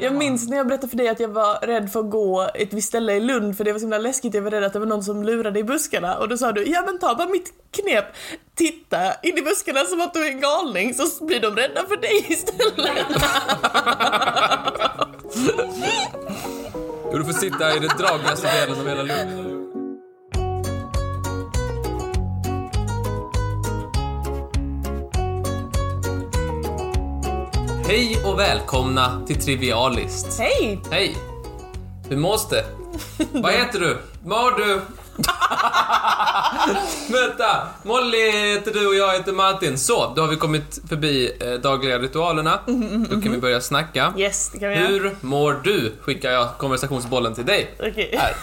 Jag minns när jag berättade för dig att jag var rädd för att gå ett visst ställe i Lund för det var så himla läskigt. Jag var rädd att det var någon som lurade i buskarna och då sa du ja men ta bara mitt knep, titta in i buskarna som att du är en galning så blir de rädda för dig istället. Jo, du får sitta i den dragigaste delen av hela Lund. Hej och välkomna till Trivialist. Hej! Hej! Hur mås det? Vad heter du? Mår du? Vänta! Molly heter du och jag heter Martin. Så, då har vi kommit förbi eh, dagliga ritualerna. Då kan vi börja snacka. Yes, det kan vi göra. Hur mår du? Skickar jag konversationsbollen till dig. Okej. Här.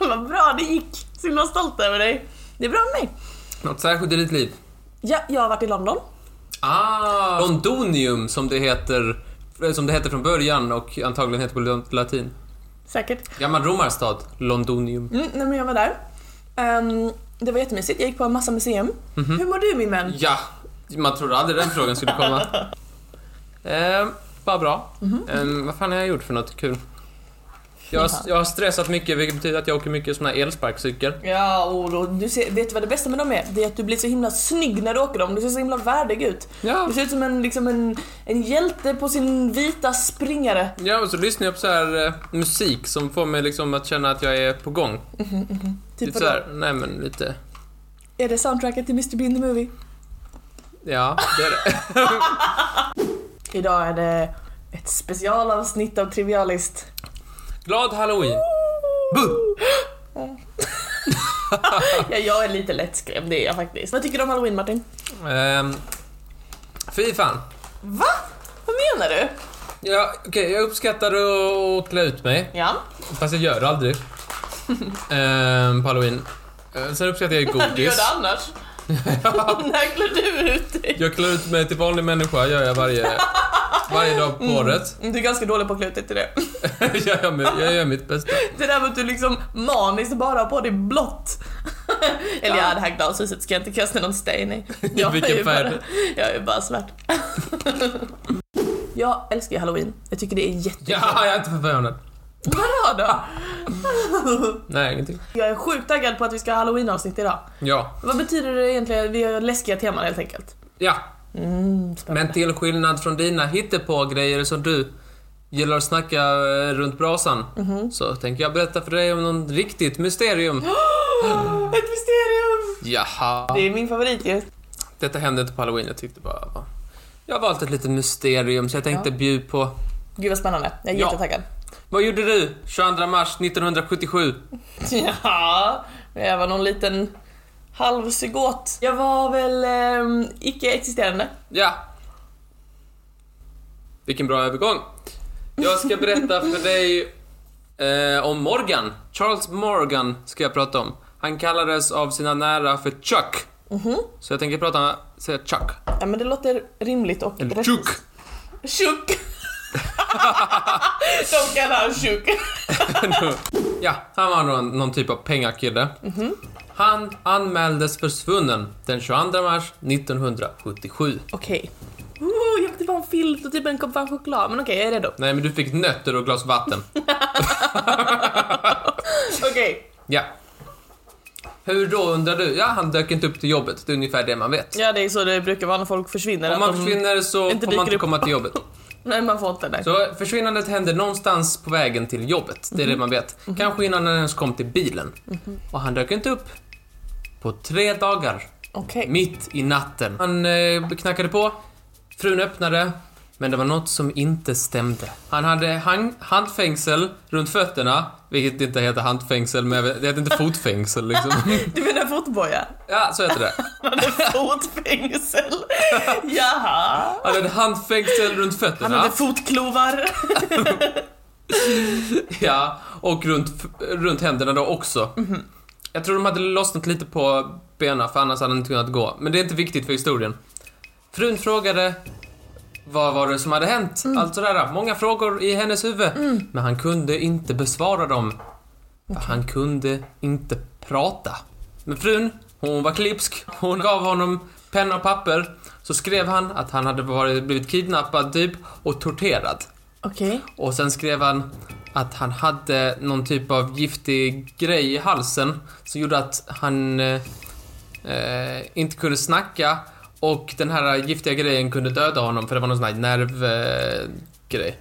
Vad bra det gick. Så himla stolt över dig. Det är bra med mig. Något särskilt i ditt liv? Ja, jag har varit i London. Ah. Londonium som det heter eh, som det hette från början och antagligen heter på latin. Säkert. Gammal romarstad, Londonium. Mm, nej men jag var där. Ehm, det var jättemysigt. Jag gick på en massa museum. Hur mår du min vän? Ja, man trodde aldrig den frågan skulle komma. eh, bara bra. Eh, vad fan har jag gjort för något kul? Jag har, jag har stressat mycket, vilket betyder att jag åker mycket såna här elsparkcykel. Ja, Olo, du ser, vet du vad det bästa med dem är? Det är att du blir så himla snygg när du åker dem. Du ser så himla värdig ut. Ja. Du ser ut som en, liksom en, en hjälte på sin vita springare. ja, och så lyssnar jag på så här eh, musik som får mig liksom att känna att jag är på gång. Typ lite så här, nej men lite... vadå? Är det soundtracket till Mr Bean the Movie? Ja, det är det. Idag är det ett specialavsnitt av Trivialist. Glad halloween! Buh! Ja, jag är lite lättskrämd, det är jag faktiskt. Vad tycker du om halloween Martin? Ehm, fy fan. Va? Vad menar du? Ja, okej, jag uppskattar att klä ut mig. Ja. Fast jag gör det aldrig. Ehm, på halloween. Ehm, sen uppskattar jag Du gör godis. det annars. När klär du ut dig? Jag klär ut mig till vanlig människa, gör jag varje, varje dag på året. Du är ganska dålig på att klä ut dig till det. jag, gör, mi- jag gör mitt bästa. Det där med att du liksom maniskt bara har på dig blått. Eller ja, det här glashuset ska jag inte kasta någon sten i. Jag vilken är ju färg? bara, jag är bara svart. jag älskar ju halloween. Jag tycker det är jättekul. Ja, jag är inte förvånad. Vadå då? Nej, ingenting. Jag är sjukt taggad på att vi ska ha halloween-avsnitt idag. Ja. Vad betyder det egentligen? Vi har läskiga teman helt enkelt. Ja. Mm, spännande. Men till skillnad från dina hittepå-grejer som du gillar att snacka eh, runt brasan så tänker jag berätta för dig om någon riktigt mysterium. Ett mysterium! Jaha. Det är min favorit ju. Detta hände inte på halloween, jag tyckte bara... va. Jag har valt ett litet mysterium så jag tänkte bjuda på... Gud vad spännande. Jag är Ja. jättetaggad. Vad gjorde du 22 mars 1977? Ja, jag var någon liten halvzygot. Jag var väl eh, icke-existerande. Ja. Vilken bra övergång. Jag ska berätta för dig eh, om Morgan. Charles Morgan ska jag prata om. Han kallades av sina nära för Chuck. Så jag tänker prata, säga Chuck. Ja men det låter rimligt och Eller rätt- Chuck. Tjock! De kan ha en tjock. ja, han var någon, någon typ av pengakille. Han anmäldes försvunnen den 22 mars 1977. Okej. Oh, jag vill typ ha en filt och typ en kopp varm choklad. Men okej, jag är redo. Nej, men du fick nötter och glas vatten. Okej. Ja. Hur då undrar du? Ja, han dök inte upp till jobbet. Det är ungefär det man vet. Ja, det är så det brukar vara när folk försvinner. Om man att de- försvinner så inte får man dyker inte upp. komma till jobbet. Nej, man får inte det. Så försvinnandet hände någonstans på vägen till jobbet. Det är Mhm. det man vet. Kanske innan han ens kom till bilen. Och han dök inte upp på tre dagar. Okej. Mitt i natten. Han eh, knackade på, frun öppnade, men det var något som inte stämde. Han hade hang- handfängsel runt fötterna, vilket inte heter handfängsel, men jag vet- det heter inte fotfängsel liksom. Du menar fotboja? Ja, så heter det. Han hade fotfängsel. Jaha. Han hade handfängsel runt Han fötterna. hade fotklovar. Ja, och runt, f- runt händerna då också. Jag tror de hade lossnat lite på benen, för annars hade han inte kunnat gå. Men det är inte viktigt för historien. Frun frågade vad var det som hade hänt? Allt sådär. Många frågor i hennes huvud. Men han kunde inte besvara dem. För han kunde inte prata. Men frun, hon var klipsk. Hon gav honom penna och papper. Så skrev han att han hade varit, blivit kidnappad typ och torterad. Okej. Och sen skrev han att han hade någon typ av giftig grej i halsen som gjorde att han eh, eh, inte kunde snacka och den här giftiga grejen kunde döda honom för det var någon sån här nervgrej. Eh, grej.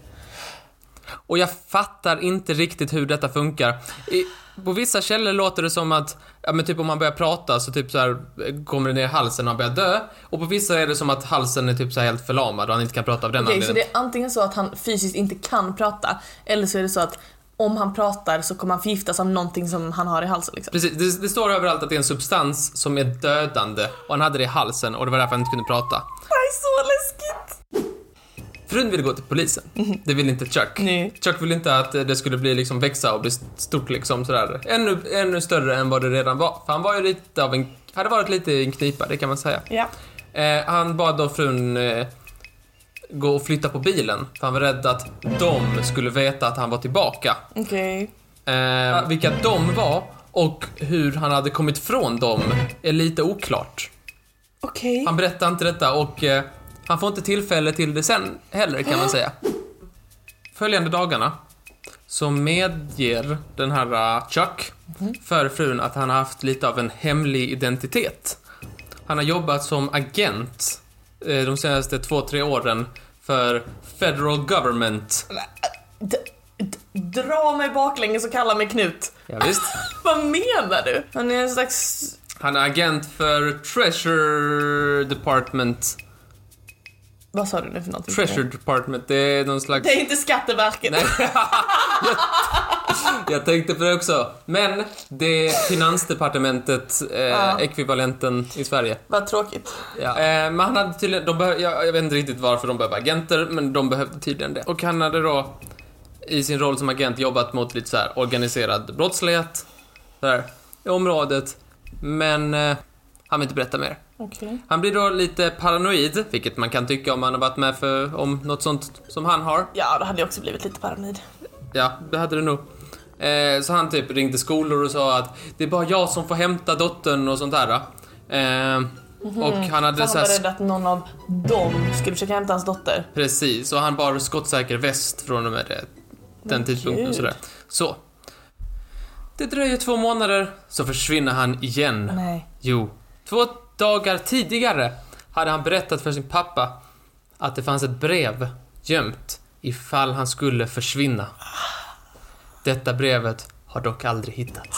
och jag fattar inte riktigt hur detta funkar. I, på vissa källor låter det som att, ja men typ om man börjar prata så typ så här eh, kommer det ner i halsen och han börjar dö. Och på vissa är det som att halsen är typ så här helt förlamad och han inte kan prata av den Okej, så det är antingen så att han fysiskt inte kan prata eller så är det så att om han pratar så kommer han förgiftas av någonting som han har i halsen liksom. Precis, det, det står överallt att det är en substans som är dödande och han hade det i halsen och det var därför han inte kunde prata. Det är så läskigt! Frun ville gå till polisen. Det ville inte Chuck. Nej. Chuck ville inte att det skulle bli liksom växa och bli stort liksom sådär. Ännu, ännu större än vad det redan var. För han var ju lite av en, hade varit lite i en knipa, det kan man säga. Ja. Eh, han bad då frun eh, gå och flytta på bilen. För han var rädd att de skulle veta att han var tillbaka. Okej. Eh, vilka de var och hur han hade kommit från dem är lite oklart. Okej. Han berättar inte detta och eh, han får inte tillfälle till det sen heller kan man säga. Följande dagarna så medger den här eh, Chuck för frun att han har haft lite av en hemlig identitet. Han har jobbat som agent eh, de senaste två, tre åren för Federal Government. D- d- Dra mig baklänges och kalla mig Knut. Ja, visst. Vad menar du? Han är en slags... Han är agent för Treasure Department. Vad sa du nu för någonting? Treasure Department, det är någon slags... Det är inte Skatteverket. Nej. jag, jag tänkte på det också. Men det är Finansdepartementet, eh, Ja. ekvivalenten i Sverige. Vad tråkigt. Ja. Eh, men han hade tydligen, de behö- jag, jag vet inte riktigt varför de behöver agenter, men de behövde tydligen det. Och han hade då i sin roll som agent jobbat mot lite så här organiserad brottslighet, där, i området. Men eh, han vill inte berätta mer. Okej. Han blir då lite paranoid, vilket man kan tycka om man har varit med för, om något sånt som han har. Ja, då hade jag också blivit lite paranoid. Ja, det hade du nog. Eh, så han typ ringde skolor och sa att det är bara jag som får hämta dottern och sånt där. Eh, Och han hade Han så var här, rädd att någon av dem skulle försöka hämta hans dotter. precis, och han bar skottsäker väst från och med det, den tidpunkten och gud. sådär. Så. Det dröjer två månader, så försvinner han igen. Nej. Jo, två dagar tidigare hade han berättat för sin pappa att det fanns ett brev gömt ifall han skulle försvinna. Detta brevet har dock aldrig hittats.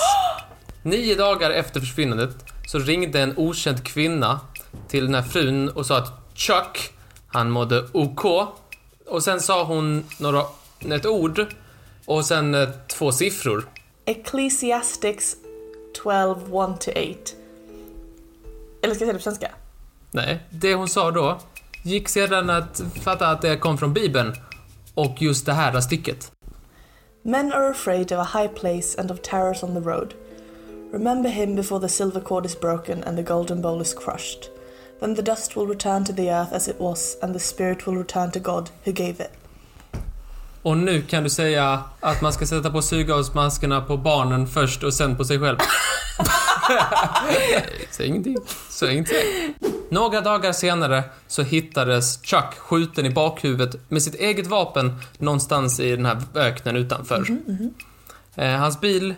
Nio dagar efter försvinnandet så ringde en okänd kvinna till den här frun och sa att Chuck, han mådde OK. Och sen sa hon några, ett ord och sen eh, två siffror. Ecclesiastics 12, 1-8. Eller ska jag säga det på svenska? Nej, det hon sa då gick sedan att fatta att det kom från Bibeln och just det här stycket. Men are afraid of a high place and of terrors on the road. Remember him before the silver cord is broken and the golden bowl is crushed. Then the dust will return to the earth as it was, and the spirit will return to God who gave it. Och nu kan du säga att man ska sätta på syrgasmaskerna på barnen först och sen på sig själv. Säg ingenting. Säg ingenting. Några dagar senare så hittades Chuck skjuten i bakhuvudet med sitt eget vapen någonstans i den här öknen utanför. Eh, hans bil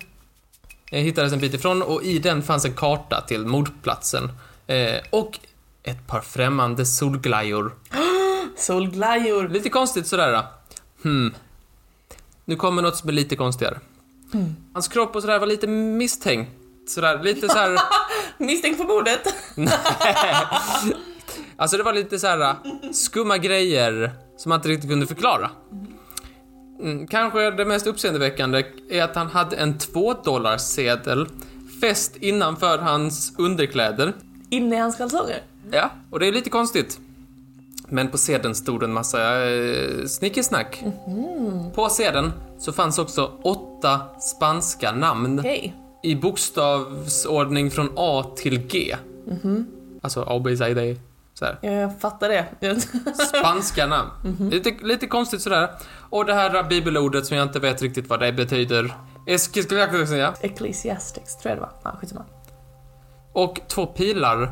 eh, hittades en bit ifrån och i den fanns en karta till mordplatsen. Eh, och ett par främmande solglajjor. Solglajjor! Lite konstigt sådär. då. Hmm. Nu kommer något som är lite konstigare. Hans kropp och sådär var lite misstänkt. Sådär, lite såhär... Misstänkt för mordet! alltså det var lite såhär skumma grejer som man inte riktigt kunde förklara. Mm, kanske det mest uppseendeväckande är att han hade en 2 sedel fäst innanför hans underkläder. Inne i hans kalsonger. Ja, och det är lite konstigt. Men på sedeln stod en massa eh, snickesnack. På sedeln så fanns också åtta spanska namn Okej. i bokstavsordning från A till G. Alltså A, B, C, D. Så här. Jag fattar det. Spanska namn. Lite, lite konstigt sådär. Och det här bibelordet som jag inte vet riktigt vad det betyder. Eske- skulle jag kunna säga. Ecclesiastics tror jag det var. Ja, skitsamma. Och två pilar.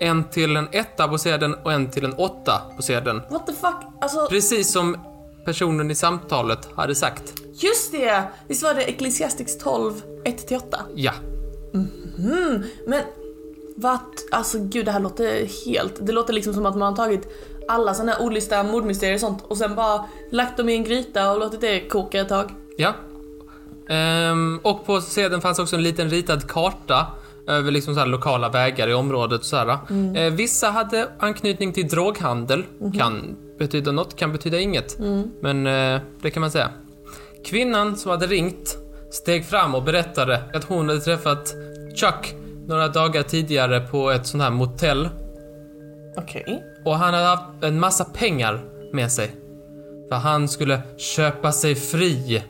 En till en etta på sedeln och en till en åtta på sedeln. What the fuck? Alltså, Precis som personen i samtalet hade sagt. Just det! Visst var det Ecclesiastics 12, 1-8? Ja. Men vart, alltså gud det här låter helt, det låter liksom som att man har tagit alla såna här olysta mordmysterier och sånt och sen bara lagt dem i en gryta och låtit det koka ett tag. Ja. Ehm, och på sedeln fanns också en liten ritad karta över liksom så här lokala vägar i området. och Så här. Eh, vissa hade anknytning till droghandel. Kan betyda något, kan betyda inget. Men eh, det kan man säga. Kvinnan som hade ringt steg fram och berättade att hon hade träffat Chuck några dagar tidigare på ett sånt här motell. Okej. Och han hade haft en massa pengar med sig. För han skulle köpa sig fri.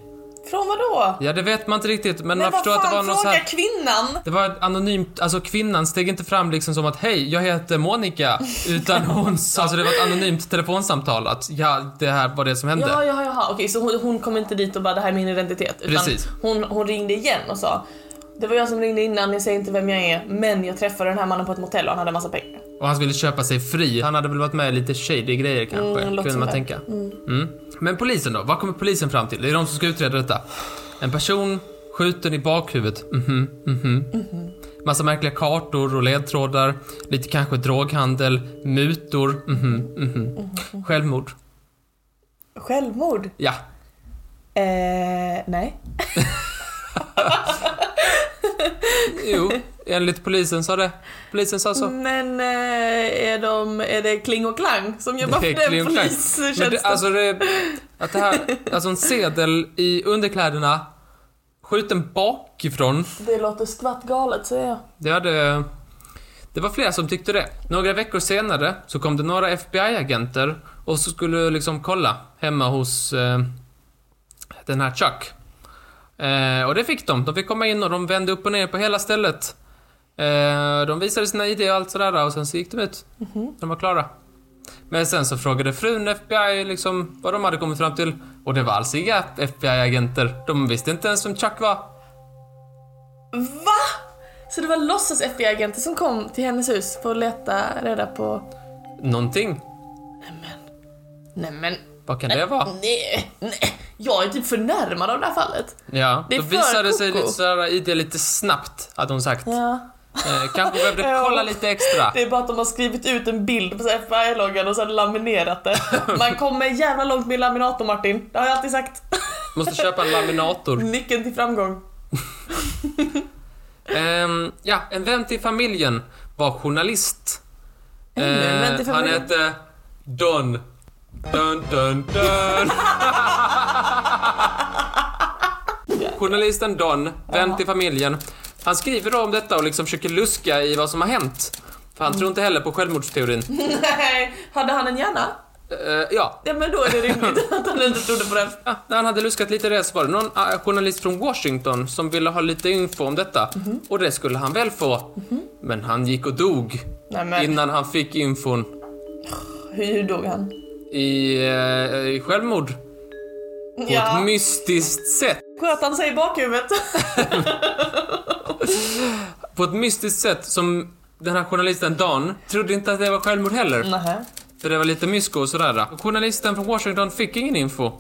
Från vad då? Ja, det vet man inte riktigt, men, Men man vad förstår fan, att det var någon så fråga här... kvinnan! Det var ett anonymt, alltså kvinnan steg inte fram liksom som att hej, jag heter Monica. Utan hon sa, alltså det var ett anonymt telefonsamtal att ja, det här var det som hände. Ja, ja, ja, okej så hon, hon kom inte dit och bara det här är min identitet. Utan Precis. Hon, hon ringde igen och sa det var jag som ringde innan, jag säger inte vem jag är, men jag träffade den här mannen på ett motell och han hade massa pengar. Och han ville köpa sig fri. Han hade väl varit med i lite shady grejer kanske, Mm, låter kunde som man det. tänka. Mm. Men polisen då? Vad kommer polisen fram till? Det är de som ska utreda detta. En person skjuten i bakhuvudet. Mhm, mhm. Massa märkliga kartor och ledtrådar. Lite kanske droghandel, mutor. Mhm, mhm. Självmord. Självmord? Ja. Eh, nej. Jo, enligt polisen sa det. Polisen sa så. Men eh, är, de, är det Kling och Klang som jobbar Det är för Kling den och Klang. Men polistjänsten? det, alltså det, att det här, alltså en sedel i underkläderna, skjuten bakifrån. det låter skvatt galet säger jag. Det hade... Det var flera som tyckte det. Några veckor senare så kom det några FBI-agenter och så skulle liksom kolla hemma hos eh, den här Chuck. Eh, och det fick de. De fick komma in och de vände upp och ner på hela stället. Eh, de visade sina ID och allt sådär och sen så gick de ut. De var klara. Men sen så frågade frun FBI liksom vad de hade kommit fram till och det var alls inga FBI-agenter. De visste inte ens vem Chuck var. Va? Så det var låtsas FBI-agenter som kom till hennes hus för att leta reda på... Någonting. Nej men, Vad kan det vara? nej, nej. Jag är typ förnärmad av det här fallet. Ja, Det är då för visade det sig koko. lite sådär ID lite snabbt, hade hon sagt. Ja. Eh, kanske behövde Ja. kolla lite extra. Det är bara att de har skrivit ut en bild på FBI-loggan och sen laminerat det. Man kommer jävla långt med laminator Martin, det har jag alltid sagt. Måste köpa en laminator. Nyckeln till framgång. Ehm, ja, en vän till familjen var journalist. Ännu en vän Eh, till han familjen. hette Don. Dun, dun, dun. Journalisten Don, vän till familjen. Han skriver då om detta och liksom försöker luska i vad som har hänt. För han Mm. tror inte heller på självmordsteorin. Nej, hade han en hjärna? Eh, ja, Ja men då är det rimligt att han inte trodde på den. Ja, när han hade luskat lite i det så var det någon eh, journalist från Washington som ville ha lite info om detta. Mhm. Och det skulle han väl få. Men han gick och dog Nej men, innan han fick infon hur, hur dog han? i, eh, i självmord. På ett Ja, mystiskt sätt. sköt han sig i bakhuvudet? På ett mystiskt sätt som den här journalisten Dan trodde inte att det var självmord heller. Nähä. För det var lite mysko och sådär. Journalisten från Washington fick ingen info.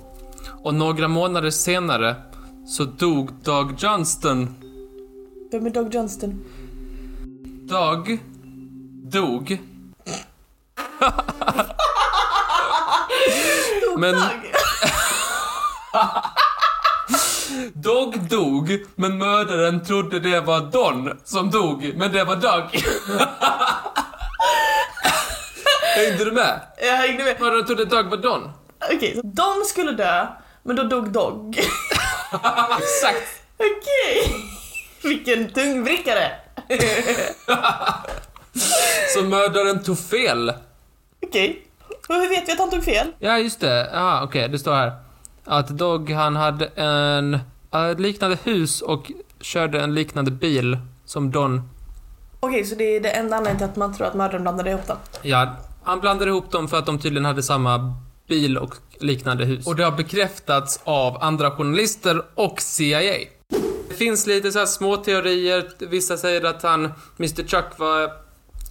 Och några månader senare så dog Dag Johnston Vem är Doug Johnston? Dag dog. men Doug? Dog dog, men mördaren trodde det var Don som dog, men det var Dag. Hängde du med? Jag hängde med. Mördaren trodde Dag var Don. Okej, så de skulle dö, men då dog Dog. Exakt. Okej. Vilken tungvrickare. Så mördaren tog fel. Okej. Och Hur vet vi att han tog fel? Ja, just det. Ah, okej, det står här. Att Dog, han hade en, ett liknande hus och körde en liknande bil som Don. Okej, så det är det enda anledningen till att man tror att mördaren blandade ihop dem. Ja, han blandade ihop dem för att de tydligen hade samma bil och liknande hus. Och det har bekräftats av andra journalister och CIA. Det finns lite så här små teorier. Vissa säger att han, Mr Chuck, var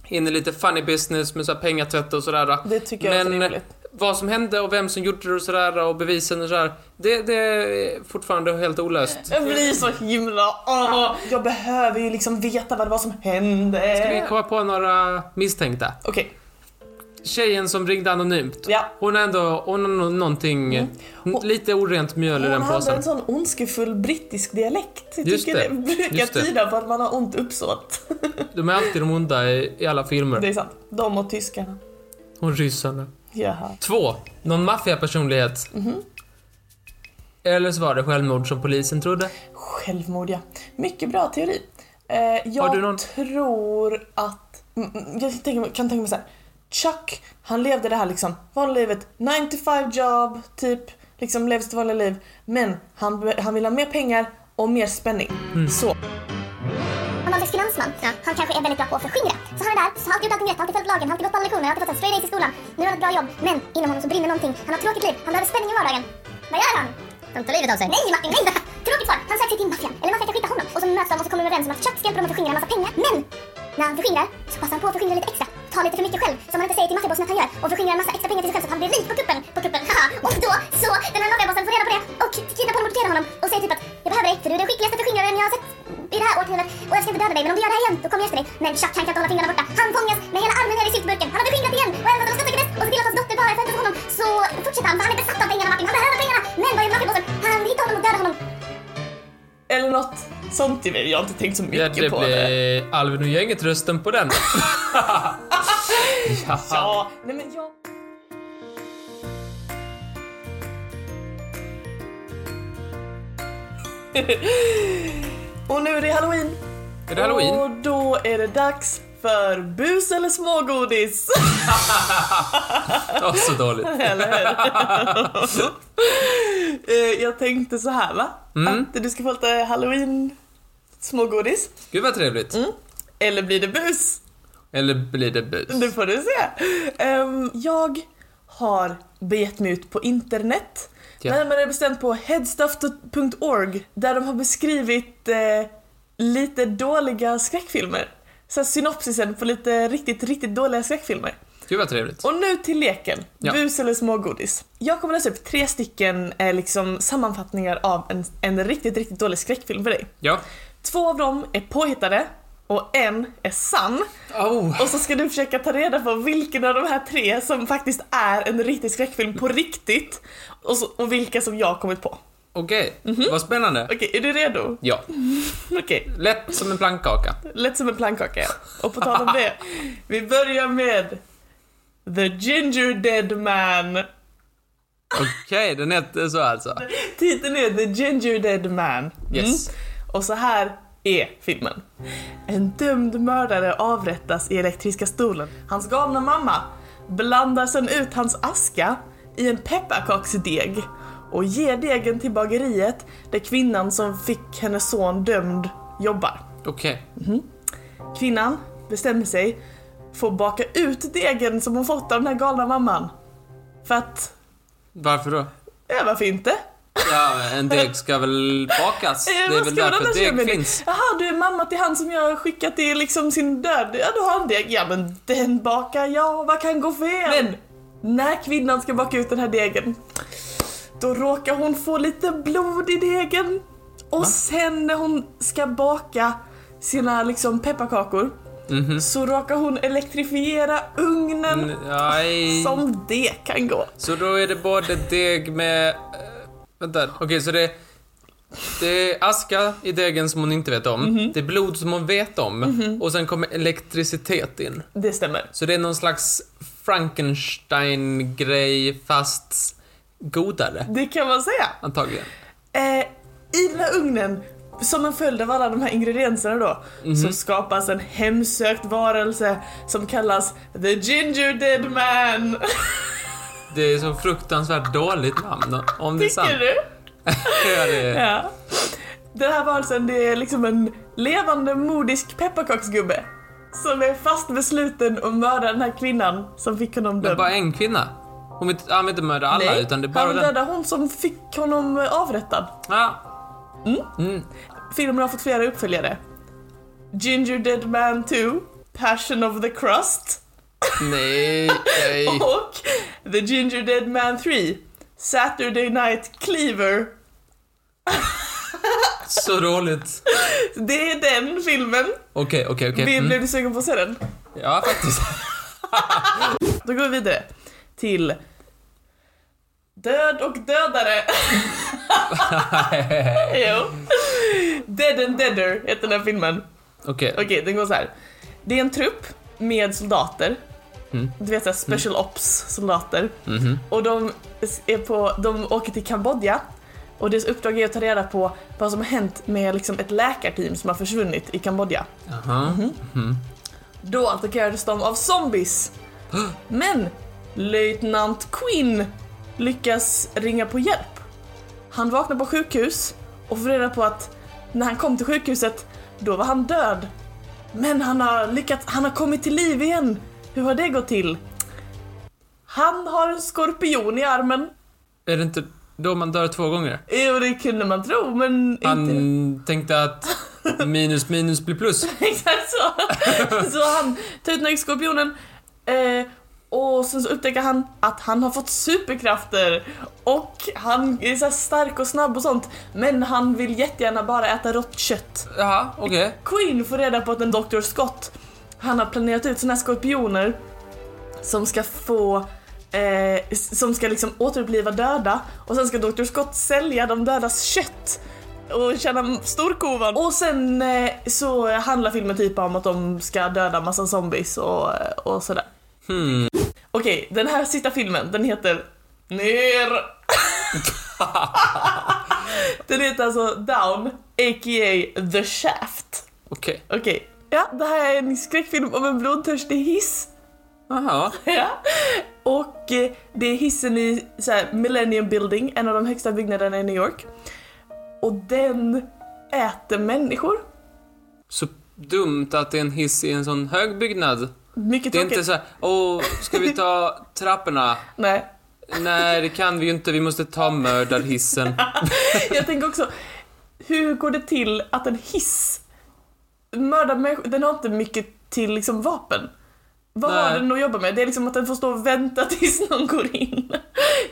inne i lite funny business med så här pengatvätt och sådär. Det tycker jag är Men rimligt. vad som hände och vem som gjorde det och sådär och bevisen och sådär. Det, det är fortfarande helt olöst. Jag blir så himla... Åh, jag behöver ju liksom veta vad det var som Ska vi hände. komma på några misstänkta? Okej, Tjejen som ringde anonymt. ja. Mm. Hon är ändå, hon har nog någonting, Hon- lite orent mjöl i Hon den hade en påsen. sån ondskefull brittisk dialekt. Jag Just tycker det. det, brukar Just det. tyda på att man har ont uppsåt. De är alltid de onda i, i alla filmer. Det är sant. De och tyskarna. Hon ryssarna. Jaha. Två, någon maffiapersonlighet. Mhm. Eller så var det självmord som polisen trodde. Självmord ja. Mycket bra teori. Eh, jag Har du någon? tror att... mm, mm, Jag tänker, kan tänka mig så här. Chuck, han levde det här liksom vanliga livet. 9 to 5 job, typ. Liksom levde sitt vanliga liv. Men han, be- han vill ha mer pengar och mer spänning. Mm. Så. Han var en finansman. Han kanske är väldigt bra på att förskyngra. Så han är där, så har alltid gjort allting rätt, alltid följt lagen, har alltid gått på alla lektioner, har alltid fått en straight A's i skolan. Nu har han ett bra jobb, men inom honom så brinner någonting. Han har ett tråkigt liv, han behöver spänning i vardagen. Vad gör han? Han tar livet av sig. Nej Martin, nej! Tråkigt svar! Han söker sig till maffian, eller maffian kan skicka honom. Och så möts de och så kommer de överens om att Chuck ska hjälpa dem att förskingra en massa pengar. Men! När han förskingrar så passar han på att förskingra lite extra. Tar lite för mycket själv, som han inte säger till maffiabossen att han gör. Och förskingrar en massa extra pengar till sig själv så att han blir rik på kuppen. På kuppen, haha! Och då, så, den här maffiabossen får reda på det och kidnappar honom och torterar honom. Och säger typ att jag behöver dig för du är den skickligaste förskingraren jag har sett i det här årtiondet och jag ska inte döda dig men om du gör det här igen då kommer jag efter dig. Men Chuck han kan inte hålla fingrarna borta. Han fångas med hela armen nere i syltburken. Han har beskingrat igen och även om han skrattar och ser till att hans dotter bara är född hos honom så fortsätter han för han är besatt av pengarna Martin. Han behöver pengarna. Men vad är maffiabossen? Han hittar honom och dödar honom. Eller något sånt jag vet. Jag har inte tänkt så Ja, mycket det på det. blir Alvin och gänget rösten på den. Jaha. Ja, nej men jag... Och nu är det halloween. Är det halloween? Och då är det dags för bus eller smågodis. Ja, så dåligt. eller hur? Eh, jag tänkte så här va? Mm. Att du ska få lite halloween smågodis. Gud vad trevligt. Mm. Eller blir det bus? Eller blir det bus? Det får du se. Ehm, jag har begett mig ut på internet. Ja. Närmare bestämt på headstuff.org där de har beskrivit eh, lite dåliga skräckfilmer. Så här synopsisen på lite riktigt, riktigt dåliga skräckfilmer. Gud vad trevligt. Och nu till leken, Ja. bus eller smågodis. Jag kommer läsa upp tre stycken eh, liksom, sammanfattningar av en, en riktigt, riktigt dålig skräckfilm för dig. Ja. Två av dem är påhittade och en är sann. Oh. Och så ska du försöka ta reda på vilken av de här tre som faktiskt är en riktig skräckfilm på riktigt. Och, så, och vilka som jag har kommit på. Okej, Mhm. vad spännande. Okej, är du redo? Ja, Okej, lätt som en plankaka. lätt som en pannkaka. ja. Och på tal om det, vi börjar med The Ginger Dead Man. Okej, den heter så alltså. Titeln är The Ginger Dead Man. Mm. Yes. Och så här är filmen. En dömd mördare avrättas i elektriska stolen. Hans galna mamma blandar sedan ut hans aska i en pepparkaksdeg och ger degen till bageriet där kvinnan som fick hennes son dömd jobbar. Okej. Kvinnan bestämmer sig för att baka ut degen som hon fått av den här galna mamman. För att, Varför då? ja varför inte? Ja, men en deg ska väl bakas? Det Eh, är vad väl ska man därför annars göra deg med det? finns. Jaha, du är mamma till han som jag har skickat till liksom sin död. Ja, du har en deg. Ja, men den bakar jag. Vad kan gå fel? Men när kvinnan ska baka ut den här degen, då råkar hon få lite blod i degen. Och sen när hon ska baka sina liksom pepparkakor så råkar hon elektrifiera ugnen. Mhm. Nej. Som det kan gå. Så då är det både deg med... eh, vänta. Okej, så det... Det är aska i degen som hon inte vet om. Mhm. Det är blod som hon vet om. Och sen kommer elektricitet in. Det stämmer. Så det är någon slags Frankenstein-grej fast godare, Det kan man säga. antagligen. Eh, I den här ugnen, som en följd av alla de här ingredienserna då, Mhm. så skapas en hemsökt varelse som kallas The Ginger Dead Man. Det är så fruktansvärt dåligt namn, om det är sant. Tycker du? Ja, det är- Ja. Den här varelsen, det är liksom en levande modisk pepparkaksgubbe. Som är fast besluten att mörda den här kvinnan som fick honom Det är dömd. bara en kvinna. Hon vill inte, han vill inte mörda alla, Nej, utan det är bara han den. dödade hon som fick honom eh, avrättad. Ja. Filmen har fått flera uppföljare. Ginger Dead Man 2, Passion of the Crust. Nej, nej. Och The Ginger Dead Man 3, Saturday Night Cleaver. Så roligt. Det är den filmen. Okej, okej, okej. Blev- Mm. Blev du sugen på att se den? Ja, faktiskt. Då går vi vidare till Död och dödare. jo. Dead and Deader heter den här filmen. Okej. Okej, den går så här. Det är en trupp med soldater. Du vet såhär special ops soldater. Mhm. Och de, är på, de åker till Kambodja. Och deras uppdrag är att ta reda på vad som har hänt med liksom ett läkarteam som har försvunnit i Kambodja. Jaha. Mhm. Då attackerades de av zombies. Men löjtnant Quinn lyckas ringa på hjälp. Han vaknar på sjukhus och får reda på att när han kom till sjukhuset, då var han död. Men han har lyckats, han har kommit till liv igen. Hur har det gått till? Han har en skorpion i armen. Är det inte då man dör två gånger? Jo, det kunde man tro, men inte Han tänkte att minus minus blir plus. exakt så. så han tar ut den här skorpionen eh, och sen så upptäcker han att han har fått superkrafter och han är så här stark och snabb och sånt men han vill jättegärna bara äta rått kött. Jaha, okej. Queen får reda på att en Dr. Scott han har planerat ut såna här skorpioner som ska få Eh, s- som ska liksom återuppliva döda och sen ska Dr. Scott sälja de dödas kött och tjäna storkovan. Och sen eh, så handlar filmen typ om att de ska döda massa zombies och, eh, och sådär. Hmm. Okej, den här sista filmen, den heter Ner. den heter alltså Down, a.k.a. The Shaft. Okej. Okej. Ja, det här är en skräckfilm om en blodtörstig hiss. Jaha. Ja. Och eh, det är hissen i så här, Millennium Building, en av de högsta byggnaderna i New York. Och den äter människor. Så dumt att det är en hiss i en sån hög byggnad. Mycket Det är tråkigt. inte så här, åh, ska vi ta trapporna? Nej. Nej, det kan vi ju inte. Vi måste ta mördarhissen. Jag tänker också, hur går det till att en hiss mördar människor? Den har inte mycket till liksom vapen. Vad har Nej. den att jobba med? Det är liksom att den får stå och vänta tills någon går in.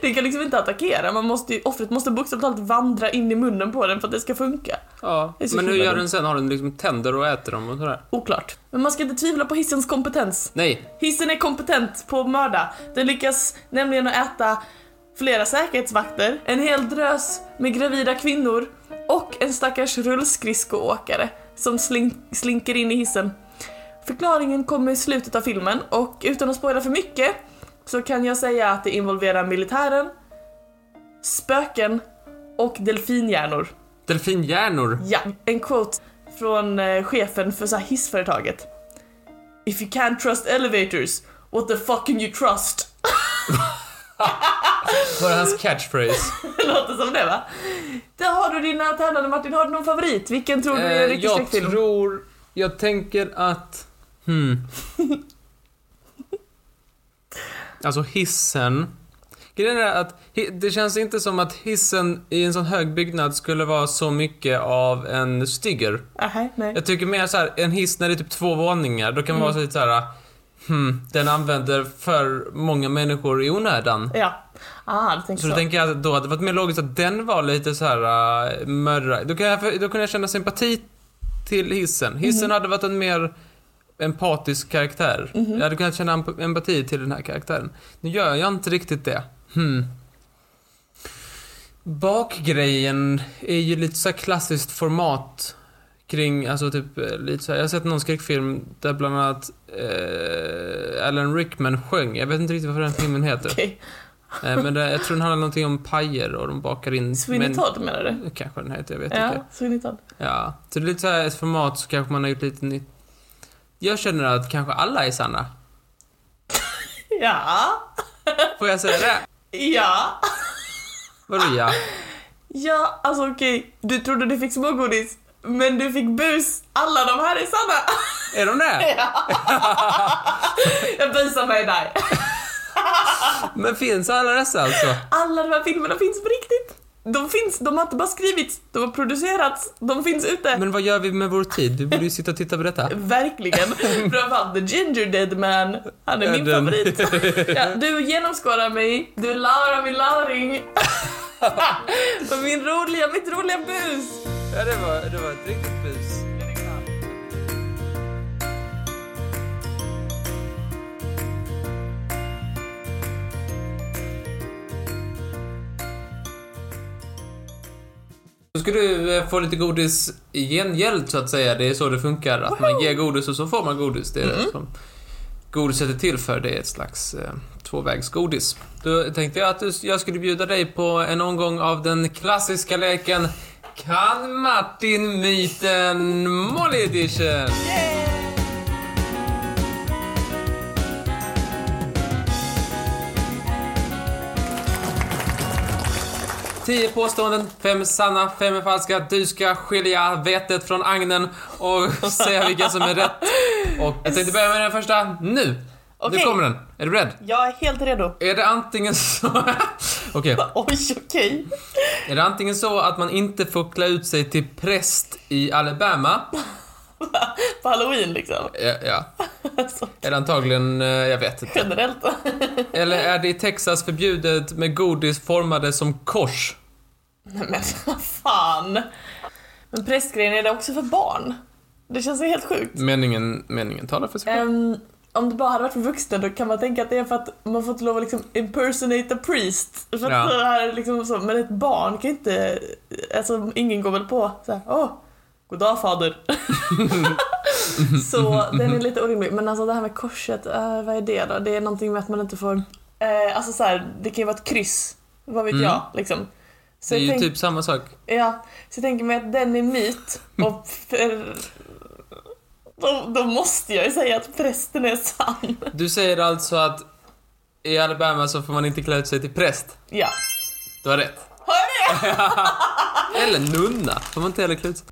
Den kan liksom inte attackera, man måste, ju- offret måste bokstavligt talat vandra in i munnen på den för att det ska funka. Ja. Det är så Men hur himla gör dumt. den sen? Har den liksom tänder och äter dem och sådär? Oklart. Men man ska inte tvivla på hissens kompetens. Nej. Hissen är kompetent på att mörda. Den lyckas nämligen att äta flera säkerhetsvakter, en hel drös med gravida kvinnor och en stackars rullskridskoåkare som slink- slinker in i hissen. Förklaringen kommer i slutet av filmen och utan att spoila för mycket så kan jag säga att det involverar militären, spöken och delfinhjärnor. Delfinhjärnor. Ja, en quote från eh, chefen för så här hissföretaget. If you can't trust elevators, what the fuck can you trust? Var det hans catchphrase? Låter som det va? Där har du dina tändande Martin, har du någon favorit? Vilken tror du är en Eh, riktig jag skräckfilm? tror... Jag tänker att... Hmm. Alltså hissen. Grejen är att hi- det känns inte som att hissen i en sån hög byggnad skulle vara så mycket av en stygger. Aha, Ah, nej. Jag tycker mer så här, en hiss när det är typ två våningar, då kan man vara Mm. så lite så här. Hmm, den använder för många människor i onödan. Ja. Ah, du tänker Så så. då tänker jag att då hade det varit mer logiskt att den var lite så här uh, mörra. Då, kan jag, då kunde jag känna sympati till hissen. Hissen hade varit en mer empatisk karaktär. Jag hade kunnat känna emp- empati till den här karaktären. Nu gör jag inte riktigt det. Hmm. Bakgrejen är ju lite så här klassiskt format kring, alltså typ eh, lite så här. Jag har sett någon skräckfilm där bland annat eh, Alan Rickman sjöng. Jag vet inte riktigt vad den filmen heter. Okej. Eh, Men det, jag tror den handlar någonting om pajer och de bakar in... Sweeney Todd menar du? Men, kanske den heter, jag vet Ja, inte. Sweeney Todd. Ja. Så det är lite så här ett format så kanske man har gjort lite nytt. Jag känner att kanske alla är sanna. Ja. Får jag säga det? Ja. Vadå ja? Ja, alltså okej. Du trodde du fick smågodis, men du fick bus. Alla de här är sanna. Är de det? Jag busar mig där. Men finns alla dessa alltså? Alla de här filmerna finns på riktigt. De finns, de har inte bara skrivits, de har producerats, de finns ute. Men vad gör vi med vår tid? Vi borde ju sitta och titta på detta. Verkligen. Framförallt The Ginger Dead Man. Han är Ja, min den- favorit. Ja, du genomskådar mig, du laurar min lauring. Och min roliga, mitt roliga bus. Ja, det var, det var ett riktigt bus. Då ska du eh, få lite godis i gengäld så att säga. Det är så det funkar. Att man ger godis och så får man godis. Det är det som godiset är till för. Det är ett slags eh, tvåvägsgodis. Då tänkte jag att du, jag skulle bjuda dig på en omgång av den klassiska leken Kan Martin myten Molly edition? Tio påståenden, fem är sanna, fem är falska. Du ska skilja vetet från agnen och säga vilka som är rätt. Och jag tänkte börja med den första nu. Nu Okej. kommer den. Är du beredd? Jag är helt redo. Är det antingen så... Okej. Oj, okej. Är det antingen så att man inte får klä ut sig till präst i Alabama? På halloween liksom. Ja. ja. Alltså, Är det antagligen... eh, Jag vet inte. generellt. Eller är det i Texas förbjudet med godis formade som kors? Nej men vad fan. Men prästgrejen, är det också för barn? Det känns helt sjukt. Meningen, meningen talar för sig själv. Ehm, om det bara hade varit för vuxna då kan man tänka att det är för att man fått lov att liksom impersonate a priest. För att Ja. det här är liksom så. Men ett barn kan ju inte, alltså ingen går väl på såhär, åh, goddag fader. så den är lite orimlig. Men alltså det här med korset, eh, vad är det då? Det är någonting med att man inte får, eh, alltså så här, det kan ju vara ett kryss, vad vet Mm. jag liksom. Så Det är jag ju tänk- typ samma sak. Ja, så jag tänker mig att den är myt och för... då, då måste jag ju säga att prästen är sann. Du säger alltså att i Alabama så får man inte klä ut sig till präst? Ja. Du har rätt. Har jag det? Eller nunna, får man inte heller klä ut sig.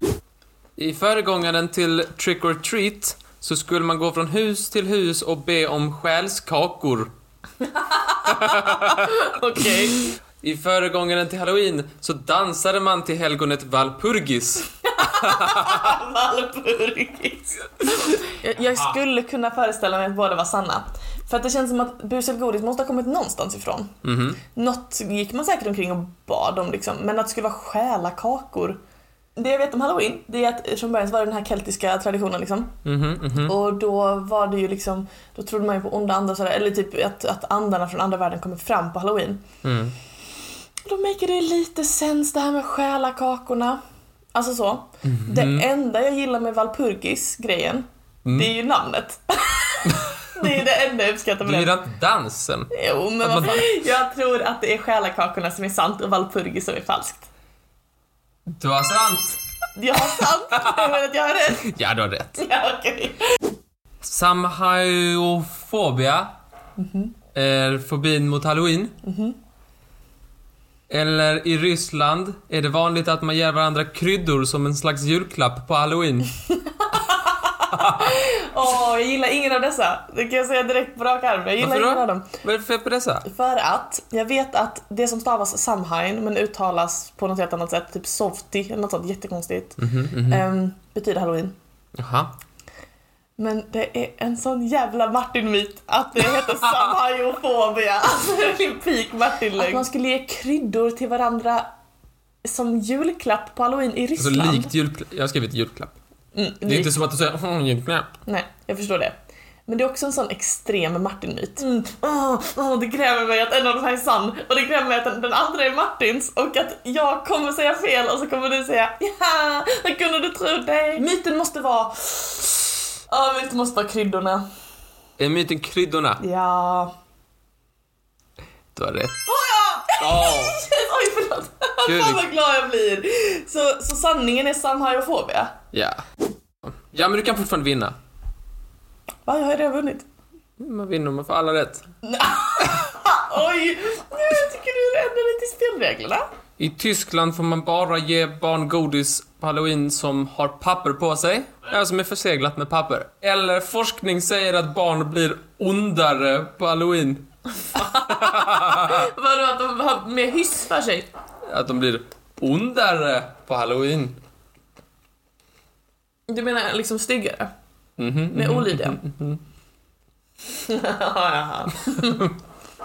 I föregångaren till Trick or Treat så skulle man gå från hus till hus och be om själskakor. Okej. I föregångaren till Halloween så dansade man till helgonet Valpurgis. Valpurgis. Jag, jag skulle kunna föreställa mig att båda var sanna. För att det känns som att bus eller godis måste ha kommit någonstans ifrån. Mhm. Något gick man säkert omkring och bad om liksom, men att det skulle vara själakakor. Det jag vet om halloween, det är att från början så var det den här keltiska traditionen liksom. Mhm, mhm. Och då var det ju liksom, då trodde man ju på onda andar och sådär, eller typ att, att andarna från andra världen kommer fram på halloween. Mm. Och då maker det lite sens det här med själakakorna. Alltså så. Det enda jag gillar med Valpurgis-grejen, det är ju namnet. det är det enda jag uppskattar Du med det. gillar inte dansen? Jo, men man vad fan. jag tror att det är själakakorna som är sant och Valpurgis som är falskt. Du har sant! Jag har sant, jag menar att jag har rätt. Ja, du har rätt. Ja, okej. Samhaofobia Mhm. är fobin mot halloween. Eller i Ryssland är det vanligt att man ger varandra kryddor som en slags julklapp på halloween. Åh, jag gillar ingen av dessa. Det kan jag säga direkt på rak arm. Jag gillar Varför då? ingen av dem. Vad är det för fel på dessa? För att jag vet att det som stavas Samhain men uttalas på något helt annat sätt, typ softy eller något sånt jättekonstigt, Mhm, ehm, betyder halloween. Jaha. Men det är en sån jävla Martin-myt att det heter samhaiofobia. Alltså det är en peak martin Att man skulle ge kryddor till varandra som julklapp på halloween i Alltså Ryssland. likt julklapp. Jag har skrivit julklapp. Mm, Det är likt. inte som att du säger mm, julklapp. Nej, jag förstår det. Men det är också en sån extrem Martin-myt. Mm. åh, åh, det grämer mig att en av de här är sann och det grämer mig att den, den andra är Martins och att jag kommer säga fel och så kommer du säga ja, hur kunde du tro det? Myten måste vara... Ja, myten måste vara kryddorna. Är myten kryddorna? Ja... Du har rätt. Oh. Ja. Oj, förlåt. Gud, Fan vad glad jag blir. Så, så sanningen är samhaiofobia? Ja. Ja, men du kan fortfarande vinna. Mm, Va, jag har ju redan vunnit. Man vinner om man får alla rätt. Oj, nu tycker du ändrar lite till spelreglerna. I Tyskland får man bara ge barn godis på halloween som har papper på sig, ja, som är förseglat med papper. Eller forskning säger att barn blir ondare på halloween. Vadå att de har mer hyss för sig? att de blir ondare på halloween. Du menar liksom styggare? Mhm, mhm. Med olydiga? ja,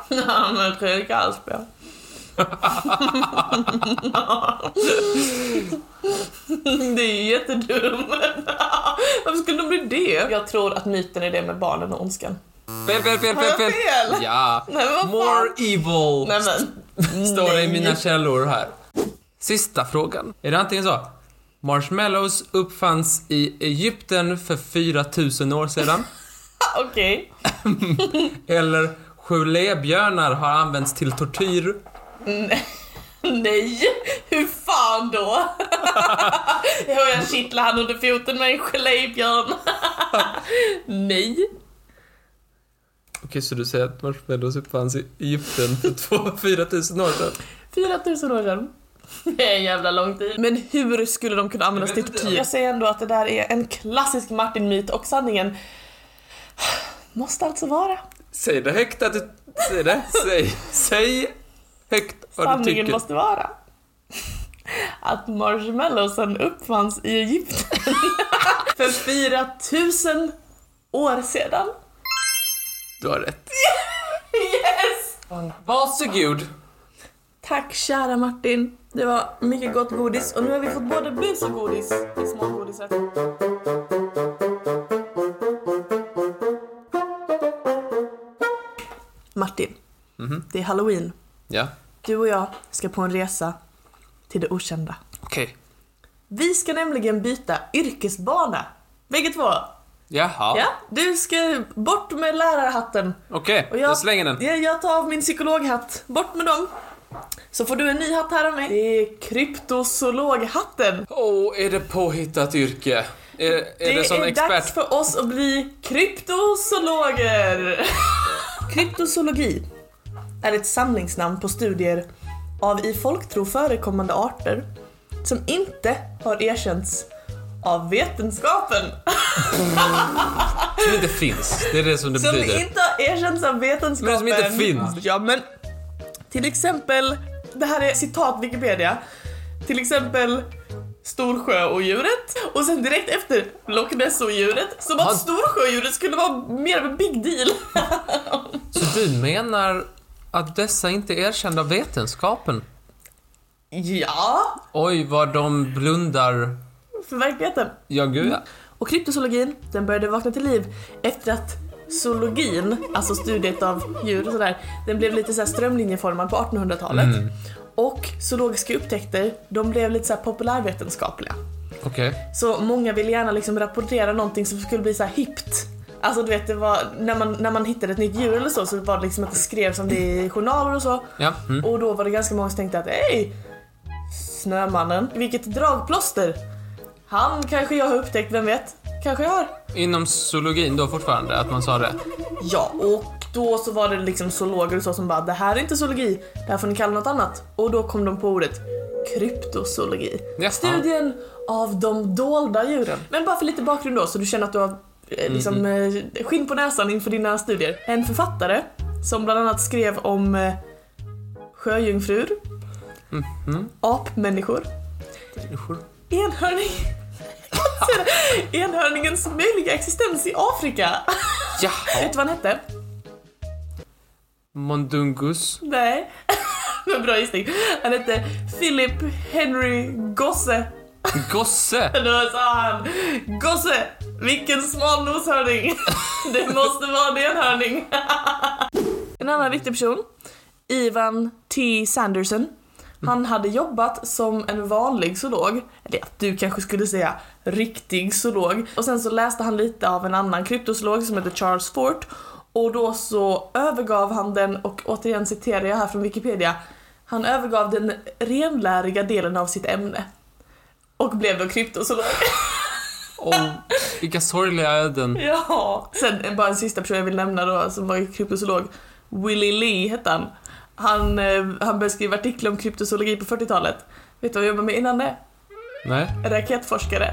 ja. men Fredrik Aspberg. det är ju jättedum. Varför skulle de bli det? Jag tror att myten är det med barnen och ondskan. Fel, fel, fel, Har jag fel, fel? Ja. Nej, men vad fan? More evil. Nej men. Står det i Nej. mina källor här. Sista frågan. Är det antingen så? Marshmallows uppfanns i Egypten för 4000 år sedan. Okej. eller gelébjörnar har använts till tortyr. Nej, hur fan då? Hur jag kittlar han under foten med en gelébjörn. Nej. Okej, så du säger att marshmallows uppfanns i Egypten för två- 4000 år sedan? 4000 år sedan. Det är en jävla lång tid. Men hur skulle de kunna användas Jag till vet inte. tortyr? Jag säger ändå att det där är en klassisk Martin-myt och sanningen måste alltså vara. Säg det högt att du... Säg det. Säg, säg högt vad du Sanningen tycker. måste vara att marshmallowsen uppfanns i Egypten för 4000 år sedan. Du har rätt. Yes! Varsågod. Tack kära Martin. Det var mycket gott godis och nu har vi fått både bus och godis i smågodisrätt. Martin, det är halloween. Ja, Du och jag ska på en resa till det okända. okej. Vi ska nämligen byta yrkesbana. Bägge två. Jaha. Ja, du ska bort med lärarhatten. Okej, Och jag slänger den. Jag, jag tar av min psykologhatt. Bort med dem. Så får du en ny hatt här av mig. Det är kryptozoologhatten. Åh, är det påhittat yrke? Är, är det, som är dags expert? för oss att bli kryptozoologer. Kryptozoologi är ett samlingsnamn på studier av i folktro förekommande arter som inte har erkänts av vetenskapen. Som inte finns. Det är det som det Som betyder. inte har erkänts av vetenskapen. Men som inte finns. Ja men, till exempel, det här är citat Wikipedia. Till exempel Storsjöodjuret och sen direkt efter Loch Ness-odjuret. Som Vad? att Storsjöodjuret skulle vara mer av en big deal. Så du menar att dessa inte är erkända av vetenskapen? Ja, Oj, vad de blundar. för verkligheten. Ja, gud ja. Och kryptozoologin, den började vakna till liv efter att zoologin, alltså studiet av djur och sådär, den blev lite så här strömlinjeformad på 1800-talet. Och zoologiska upptäckter, de blev lite så här populärvetenskapliga. Okej. Så många ville gärna liksom rapportera någonting som skulle bli så här hippt. Alltså du vet, det var, när, man, när man hittade ett nytt djur eller så, så var det liksom att det skrevs om det i journaler och så. Ja. Mm. Och då var det ganska många som tänkte att hej, Snömannen, vilket dragplåster! Han kanske jag har upptäckt, vem vet? Kanske jag har? Inom zoologin då fortfarande, att man sa det? Ja, och då så var det liksom zoologer och så som bara det här är inte zoologi, det här får ni kalla något annat. Och då kom de på ordet kryptozoologi. Jaha. Studien av de dolda djuren. Men bara för lite bakgrund då så du känner att du har eh, liksom, eh, skinn på näsan inför dina studier. En författare som bland annat skrev om eh, sjöjungfrur, apmänniskor, Människor. enhörning Enhörningens möjliga existens i Afrika. Vet Jaha. du vad han hette? Mondungus. Nej. Men bra gissning. Han hette Philip Henry Gosse. Gosse. Då sa han Gosse, vilken smal noshörning. Det måste vara en enhörning. En annan viktig person, Ivan T. Sanderson. Han hade jobbat som en vanlig zoolog, eller att du kanske skulle säga riktig zoolog. Och sen så läste han lite av en annan kryptozoolog som heter Charles Fort. Och då så övergav han den, och återigen citerar jag här från Wikipedia, han övergav den renläriga delen av sitt ämne. Och blev då kryptozoolog. Åh, vilka sorgliga öden. Ja. Sen bara en sista person jag vill nämna då som var kryptozoolog. Willy Lee hette han. Han, eh, han började skriva artiklar om kryptozoologi på 40-talet. Vet du vad jag jobbade med innan det? Nej. Raketforskare.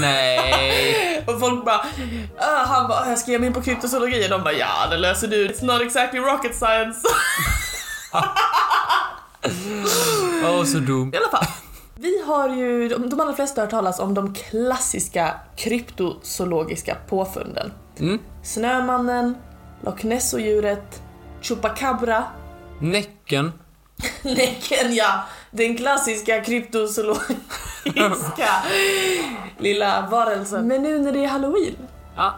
Nej. Och folk bara, "Ah," han bara, jag ska ge mig in på kryptozoologi och de bara, ja det löser du. It's not exactly rocket science. Åh, Åh, så dum. I alla fall. Vi har ju, de de allra flesta har hört talas om de klassiska kryptozoologiska påfunden. Mm. Snömannen, Loch Ness-odjuret, Chupacabra, Näcken. Näcken ja! Den klassiska kryptozoologiska lilla varelsen. Men nu när det är halloween Ja.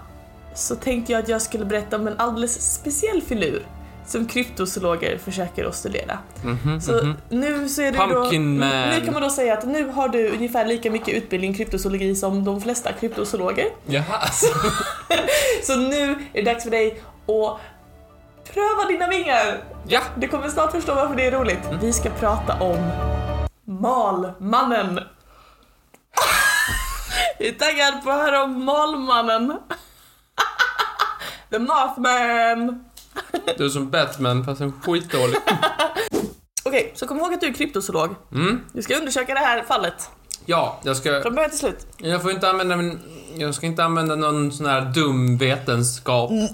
så tänkte jag att jag skulle berätta om en alldeles speciell filur som kryptozoologer försöker att studera. Mhm. så nu så är det ju Pumpkin då, man. Nu kan man då säga att nu har du ungefär lika mycket utbildning i kryptozoologi som de flesta kryptozoologer. Jaha. Så nu är det dags för dig att pröva dina vingar! Ja. Du kommer snart förstå varför det är roligt. Vi ska prata om Malmannen. Jag är taggad på att höra om Malmannen. The Mothman. Du är som Batman fast en skitdålig. Okej, så kom ihåg att du är kryptozoolog. Mm. Du ska undersöka det här fallet Ja, jag ska... från början till slut. Jag får inte använda min... Jag ska inte använda någon sån här dum vetenskap. Nej,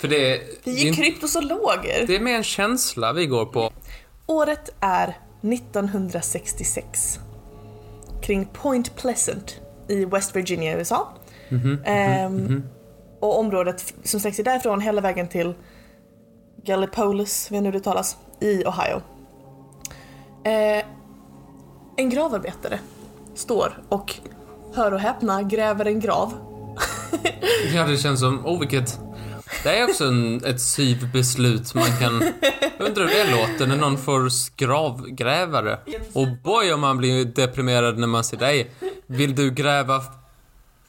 För det är... det är vi är inte- kryptozoologer. Det är mer en känsla vi går på. Året är 1966. Kring Point Pleasant i West Virginia i USA. Ehm, Och området f- som sträcker sig därifrån hela vägen till Gallipolis, vet inte hur det talas, i Ohio. Eh, en gravarbetare står och, hör och häpna, gräver en grav. Ja, det känns som... Oh, vilket... Det är också en, ett syvbeslut man kan... Undrar hur det låter när någon får skravgrävare. Och boy om man blir deprimerad när man ser dig. Vill du gräva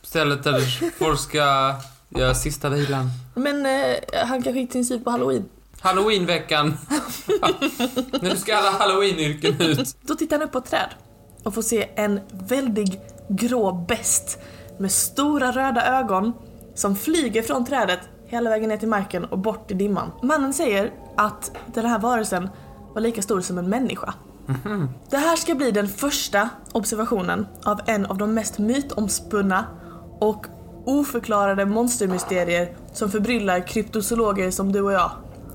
stället där folk ska göra sista vilan? Men eh, han kanske gick sin syn på halloween. Halloweenveckan! nu ska alla halloweenyrken ut. Då tittar han upp på ett träd och får se en väldig grå best med stora röda ögon som flyger från trädet hela vägen ner till marken och bort i dimman. Mannen säger att den här varelsen var lika stor som en människa. Det här ska bli den första observationen av en av de mest mytomspunna och oförklarade monstermysterier som förbryllar kryptozoologer som du och jag.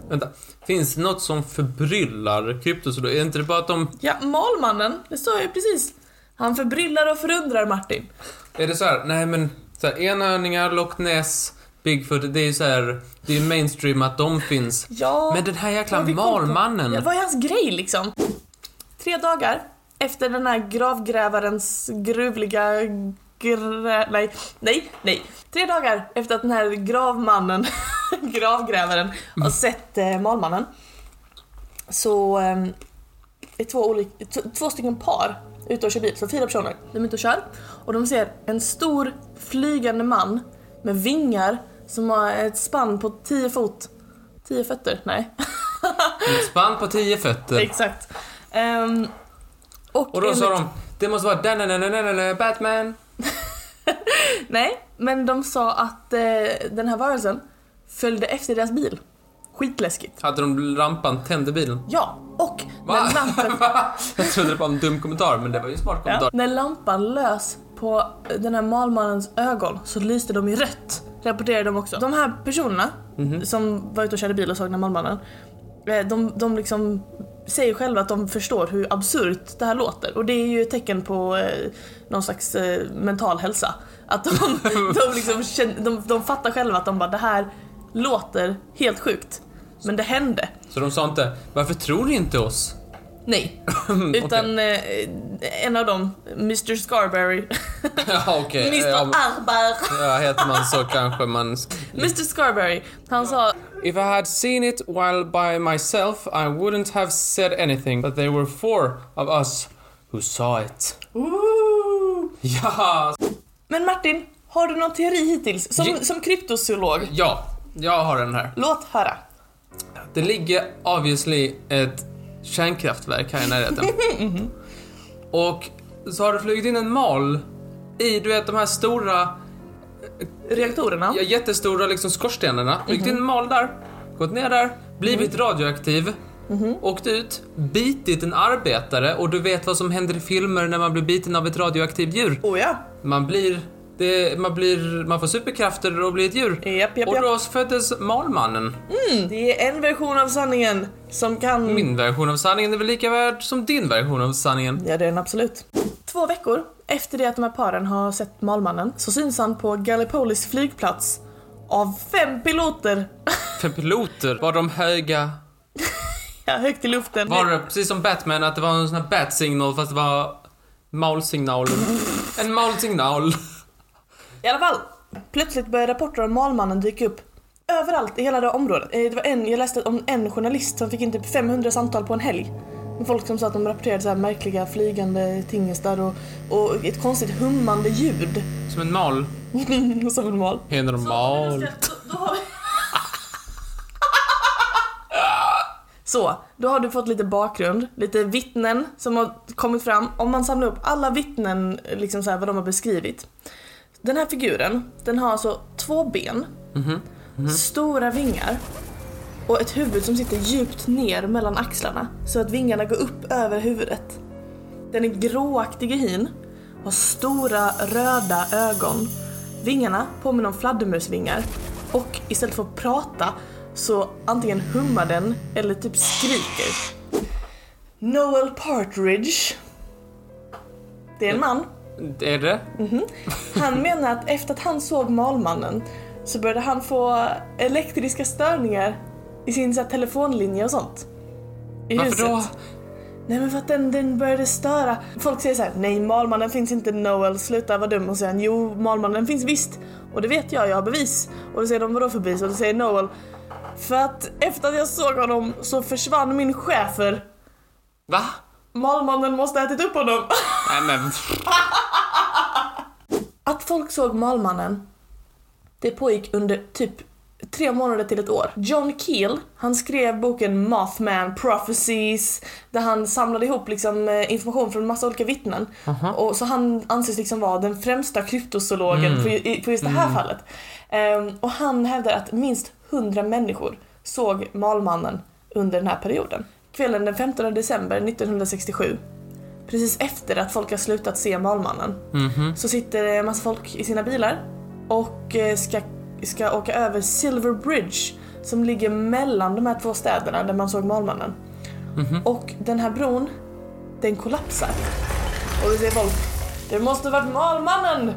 Vänta, finns det något som förbryllar kryptozoologer? Är inte det bara att de... Ja, Malmannen, det står ju precis. Han förbryllar och förundrar Martin. Är det så här, nej men, så här, enhörningar, Loch Ness, Bigfoot, det är ju så här, det är ju mainstream att de finns. Ja. Men den här jäkla Vad vi kom på. malmannen. Ja, Vad är hans grej liksom? Tre dagar efter den här gravgrävarens gruvliga grä... Nej, nej, nej. Tre dagar efter att den här gravmannen, gravgrävaren, har sett eh, malmannen. Så eh, är två, olika, t- två stycken par ute och kör bil, så fyra personer. De är ute och kör och de ser en stor flygande man med vingar som har ett spann på 10 fot. 10 fötter? Nej. Ett spann på tio fötter. Exakt. Ehm, och Och då sa enligt- de, det måste vara den, den, den, den, den, Batman. Nej, men de sa att eh, den här varelsen följde efter deras bil. Skitläskigt. Hade de lampan, tände bilen. Ja, och Va? när lampan, Va? Jag trodde det var en dum kommentar, men det var ju en smart kommentar. ja, när lampan lös på den här malmannens ögon så lyste de i rött. Rapporterade de också. De här personerna som var ute och körde bil och såg den här malmannen. eh, De, de liksom säger själva att de förstår hur absurt det här låter och det är ju ett tecken på eh, någon slags eh, mental hälsa. Att de, de, liksom känner, de, de fattar själva att de bara det här låter helt sjukt. Men det hände. Så de sa inte, varför tror ni inte oss? Nej. Utan eh, en av dem, Mr Scarberry, Ja, okej. Mr Ja, men- Arbar, Ja, heter man så kanske man... Mr Scarberry, han sa If I had seen it while by myself, I wouldn't have said anything. But there were four of us who saw it. Ooh. Ja, Men Martin, har du någon teori hittills? Som, Ja. som kryptozoolog, ja, jag har den här. låt höra. Det ligger obviously ett kärnkraftverk här i närheten. Och så har det flugit in en mal i, du vet de här stora Reaktorerna? Ja, jättestora liksom skorstenarna. Byggt Mhm. in en mal där, gått ner där, blivit Mm. radioaktiv, Mhm. åkt ut, bitit en arbetare och du vet vad som händer i filmer när man blir biten av ett radioaktivt djur. Oh ja. Man blir Det, man, blir, man får superkrafter och blir ett djur. Japp, Mm. japp, och japp. då föddes Malmannen. Det är en version av sanningen som kan... Mm. Min version av sanningen är väl lika värd som din version av sanningen. Ja, det är den absolut. Två veckor efter det att de här paren har sett Malmannen så syns han på Gallipolis flygplats av fem piloter. För piloter var de höga. ja, högt i luften. Var det precis som Batman att det var en sån här bat-signal fast det var maulsignal. En maulsignal. I alla fall, plötsligt började rapporter om Malmannen dyka upp överallt i hela det här området. Eh, Det var en, jag läste om en journalist som fick in typ 500 samtal på en helg. Med folk som sa att de rapporterade så här märkliga flygande tingestar och, och ett konstigt hummande ljud. Som en mal. som en mal. Är normal. Så, då har du fått lite bakgrund, lite vittnen som har kommit fram. Om man samlar upp alla vittnen, liksom så här, vad de har beskrivit. Den här figuren, den har alltså två ben, stora vingar och ett huvud som sitter djupt ner mellan axlarna så att vingarna går upp över huvudet. Den är gråaktig i hyn, har stora röda ögon. Vingarna påminner om fladdermusvingar och istället för att prata så antingen hummar den eller typ skriker. Noel Partridge. Det är en man. Är det? Han menar att efter att han såg Malmannen så började han få elektriska störningar i sin så här, telefonlinje och sånt. I Varför då? Nej men för att den, den började störa. Folk säger så här: nej Malmannen finns inte Noel, sluta vara dum. Och säger han, jo Malmannen finns visst. Och det vet jag, jag har bevis. Och då säger de, vadå för bevis? Och då säger Noel, för att efter att jag såg honom så försvann min chefer. Va? Malmannen måste ha ätit upp honom. Nej men... Att folk såg Malmannen, det pågick under typ tre månader till ett år. John Keel, han skrev boken Mothman Prophecies där han samlade ihop liksom eh, information från massa olika vittnen. Och så han anses liksom vara den främsta kryptozoologen på, ju- i- på just det här fallet. Ehm, och han hävdar att minst 100 människor såg Malmannen under den här perioden. Kvällen den 15 december 1967, precis efter att folk har slutat se Malmannen, så sitter det en massa folk i sina bilar och eh, ska, ska åka över Silver Bridge som ligger mellan de här två städerna där man såg Malmannen. Och den här bron, den kollapsar. Och då säger folk, det måste varit Malmannen!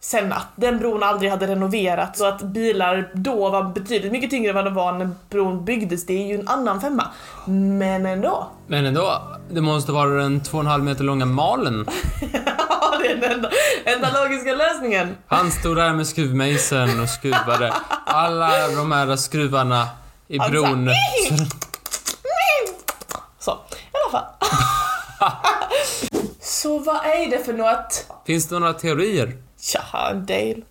Sen att den bron aldrig hade renoverats och att bilar då var betydligt mycket tyngre än vad de var när bron byggdes, det är ju en annan femma. Men ändå. Men ändå, det måste vara den två och en halv meter långa malen. Ja, det är den enda, enda logiska lösningen. Han stod där med skruvmejseln och skruvade alla de här skruvarna i Han sa, bron. Så, i alla fall. Så vad är det för något? Finns det några teorier? Tja, en del.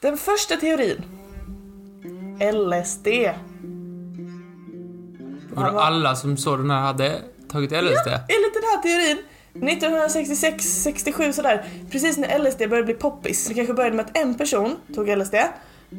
Den första teorin. LSD. Och då alla som såg den här hade tagit LSD? Enligt den här teorin, 1966, 67 sådär, precis när LSD började bli poppis. Det kanske började med att en person tog LSD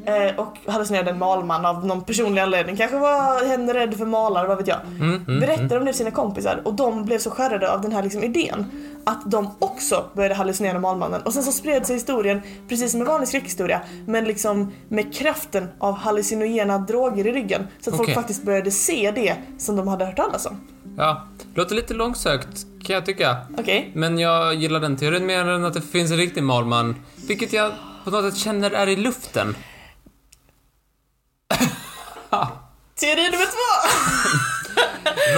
eh, och hallucinerade en malman av någon personlig anledning. Kanske var hen rädd för malar, vad vet jag. Berättade om det för sina kompisar och de blev så skärrade av den här liksom idén att de också började hallucinera Malmannen. Och sen så spred sig historien, precis som en vanlig skräckhistoria, men liksom med kraften av hallucinogena droger i ryggen. Så att Okej. folk faktiskt började se det som de hade hört talas om. Ja, låter lite långsökt kan jag tycka. Okej? Men jag gillar den teorin mer än att det finns en riktig malman. Vilket jag på något sätt känner är i luften. Teori nummer två!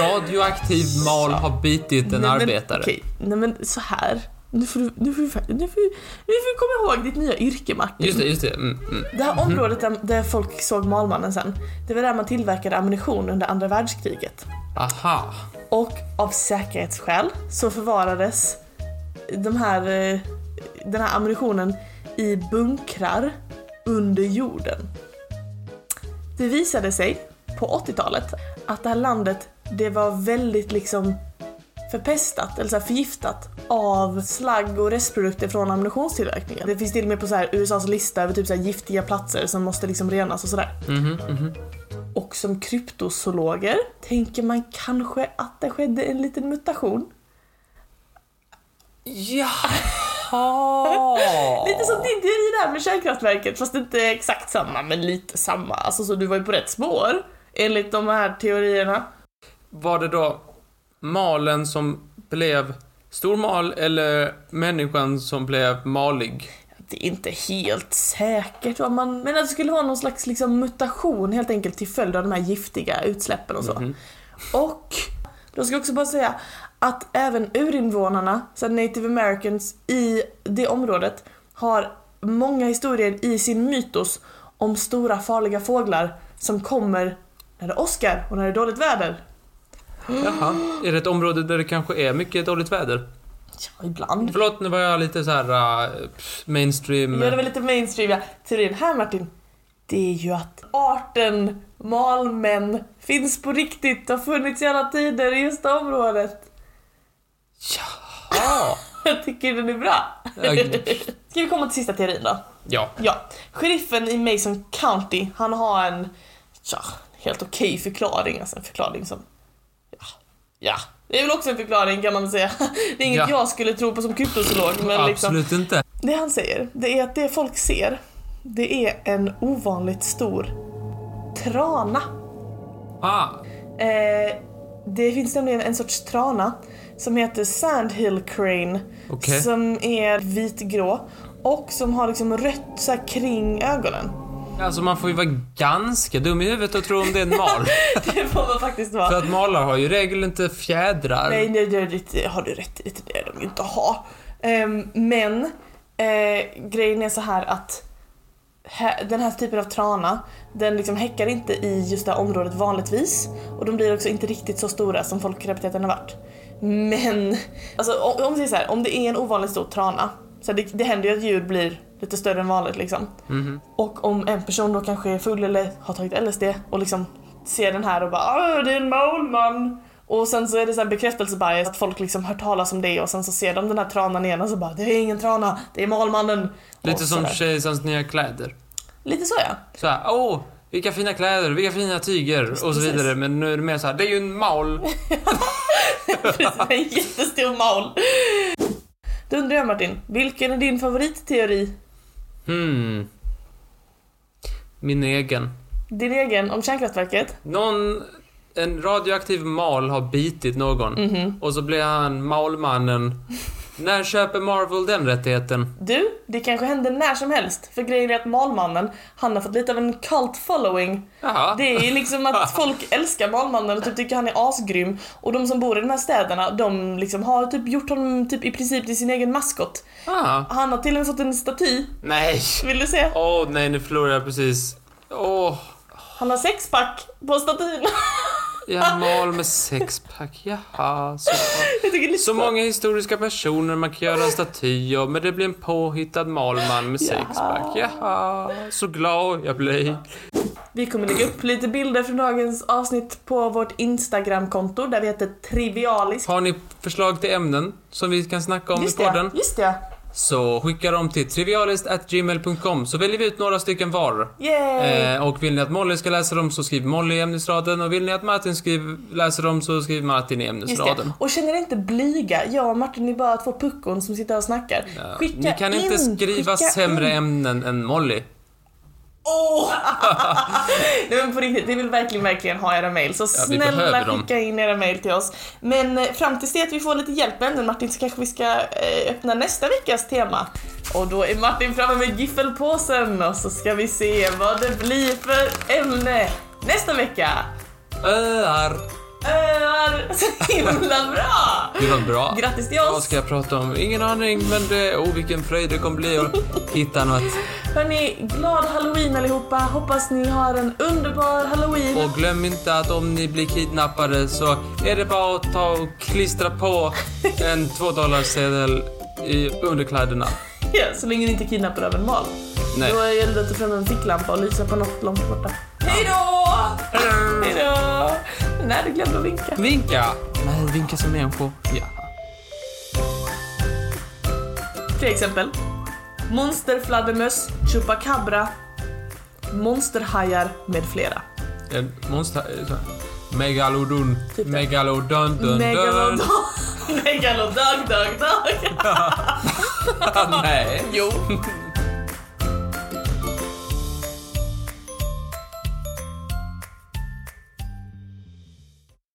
Radioaktiv mal har bitit Nej, en men, arbetare. Okej, nej men så här. Nu får du, nu får du, fa- nu får du, nu får du komma ihåg ditt nya yrke Martin. Just det, just det. Mm, mm. Det här området där, där folk såg Malmannen sen, det var där man tillverkade ammunition under andra världskriget. Aha. Och av säkerhetsskäl så förvarades de här, eh, den här ammunitionen i bunkrar under jorden. Det visade sig på 80-talet att det här landet det var väldigt liksom förpestat eller så här förgiftat av slagg och restprodukter från ammunitionstillverkningen. Det finns till och med på så här USAs lista över typ så här giftiga platser som måste liksom renas och sådär. Och som kryptozoologer tänker man kanske att det skedde en liten mutation. Ja. Jaha! Lite som din teori där med kärnkraftverket, fast inte exakt samma, men lite samma. Alltså, så du var ju på rätt spår, enligt de här teorierna. Var det då malen som blev stormal eller människan som blev malig? Det är inte helt säkert vad man... Men att det skulle vara någon slags liksom, mutation helt enkelt till följd av de här giftiga utsläppen och så. Och, då ska jag också bara säga att även urinvånarna, så här native americans i det området, har många historier i sin mytos om stora farliga fåglar som kommer när det åskar och när det är dåligt väder. Jaha, är det ett område där det kanske är mycket dåligt väder? Ja, ibland. Förlåt, nu var jag lite så här eh, pff, mainstream. Men det var lite mainstream, ja. Teorin här Martin, det är ju att arten malmän finns på riktigt, har funnits i alla tider i just det området. Jaha! Jag tycker den är bra. Ja, g- Ska vi komma till sista teorin då? Ja. Ja, sheriffen i Mason County, han har en ja, helt okej förklaring, alltså en förklaring som ja, ja, det är väl också en förklaring kan man väl säga. Det är inget Ja. jag skulle tro på som kryptozoolog, men liksom Absolut inte. Det han säger, det är att det folk ser, det är en ovanligt stor trana. Ah, Eh, det finns nämligen en sorts trana som heter Sandhill Crane. Okej. Som är vitgrå och som har liksom rött så här, kring ögonen. alltså man får ju vara ganska dum i huvudet och tro om det är en mal. Det får man faktiskt För vara. att malar har ju i regel inte fjädrar. Nej, nej, nej, det har du rätt i. Det är de ju inte att ha. Ehm, men eh, grejen är så här att hä- den här typen av trana, den liksom häckar inte i just det här området vanligtvis och de blir också inte riktigt så stora som folk har repeterat att den har varit. Men, alltså om, om, vi säger så här, om det är en ovanligt stor trana, så det, det händer ju att djur blir lite större än vanligt liksom. Och om en person då kanske är full eller har tagit LSD och liksom ser den här och bara "Åh, det är en målman. Och sen så är det så här bekräftelsebias att folk liksom hört talas om det och sen så ser de den här tranan igen och så bara det är ingen trana, det är målmannen. Lite Och som sådär. kejsarens nya kläder. Lite så ja. Så här, åh, vilka fina kläder, vilka fina tyger och så Precis. vidare. Men nu är det mer så här, det är ju en mal. Precis, en jättestor maul. Då undrar jag Martin, vilken är din favoritteori? Hmm. Min egen. Din egen om kärnkraftverket? Någon, en radioaktiv mal har bitit någon Mhm. och så blir han malmannen. När köper Marvel den rättigheten? Du, det kanske händer när som helst. För grejen är att Malmannen, han har fått lite av en cult following. Jaha. Det är ju liksom att folk älskar Malmannen och typ tycker han är asgrym. Och de som bor i de här städerna, de liksom har typ gjort honom typ i princip till sin egen maskot. Ah. Han har till och med fått en staty, Nej! vill du se? Åh nej, nu förlorar jag precis. Åh, Han har sexpack på statyn. jag mal med sexpack. Jaha, så. Jag tycker det är lite Så många historiska personer man kan göra en staty av, men det blir en påhittad malman med sexpack. Jaha, så glad jag blir. Vi kommer lägga upp lite bilder från dagens avsnitt på vårt Instagramkonto där vi heter Trivialisk. Har ni förslag till ämnen som vi kan snacka om i Just podden? det, just det. Så skicka dem till trivialist.gmail.com så väljer vi ut några stycken var. Yay! Eh, och vill ni att Molly ska läsa dem så skriv Molly i ämnesraden och vill ni att Martin skriv, läser dem så skriv Martin i Just ämnesraden. det. Och känner er inte blyga, jag och Martin är bara två puckon som sitter och snackar. Skicka Ni kan in, inte skriva skicka sämre in. ämnen än Molly. Åh! Nej men på riktigt, vi vill verkligen, verkligen ha era mail. Så vi snälla behöver dem. skicka in era mail till oss. Men eh, fram tills det att vi får lite hjälp med ämnen Martin så kanske vi ska eh, öppna nästa veckas tema. Och då är Martin framme med giffelpåsen och så ska vi se vad det blir för ämne nästa vecka. Öar! Öar! Så himla bra! Det var bra. Grattis till Vad oss! ska jag prata om? Ingen aning, men det... Oh, vilken fröjd det kommer bli att hitta något. Hörni, glad halloween allihopa! Hoppas ni har en underbar halloween! Och glöm inte att om ni blir kidnappade så är det bara att ta och klistra på en tvådollarsedel i underkläderna. Ja, så länge ni inte kidnappar av en mal. Nej. Då gäller det att ta fram en ficklampa och lysa på något långt borta. Hej då! Hej då! Nej, du glömde att vinka. Vinka! Nej, vinka som människor. Ja. Tre exempel. Monsterfladdermöss, chupacabra, monsterhajar med flera. En monster... eh, så här. Megalodon. Typ det. Megalodon. Dun, dun. Megalodon. Megalodon, dag, dag, dag. Nej. Jo.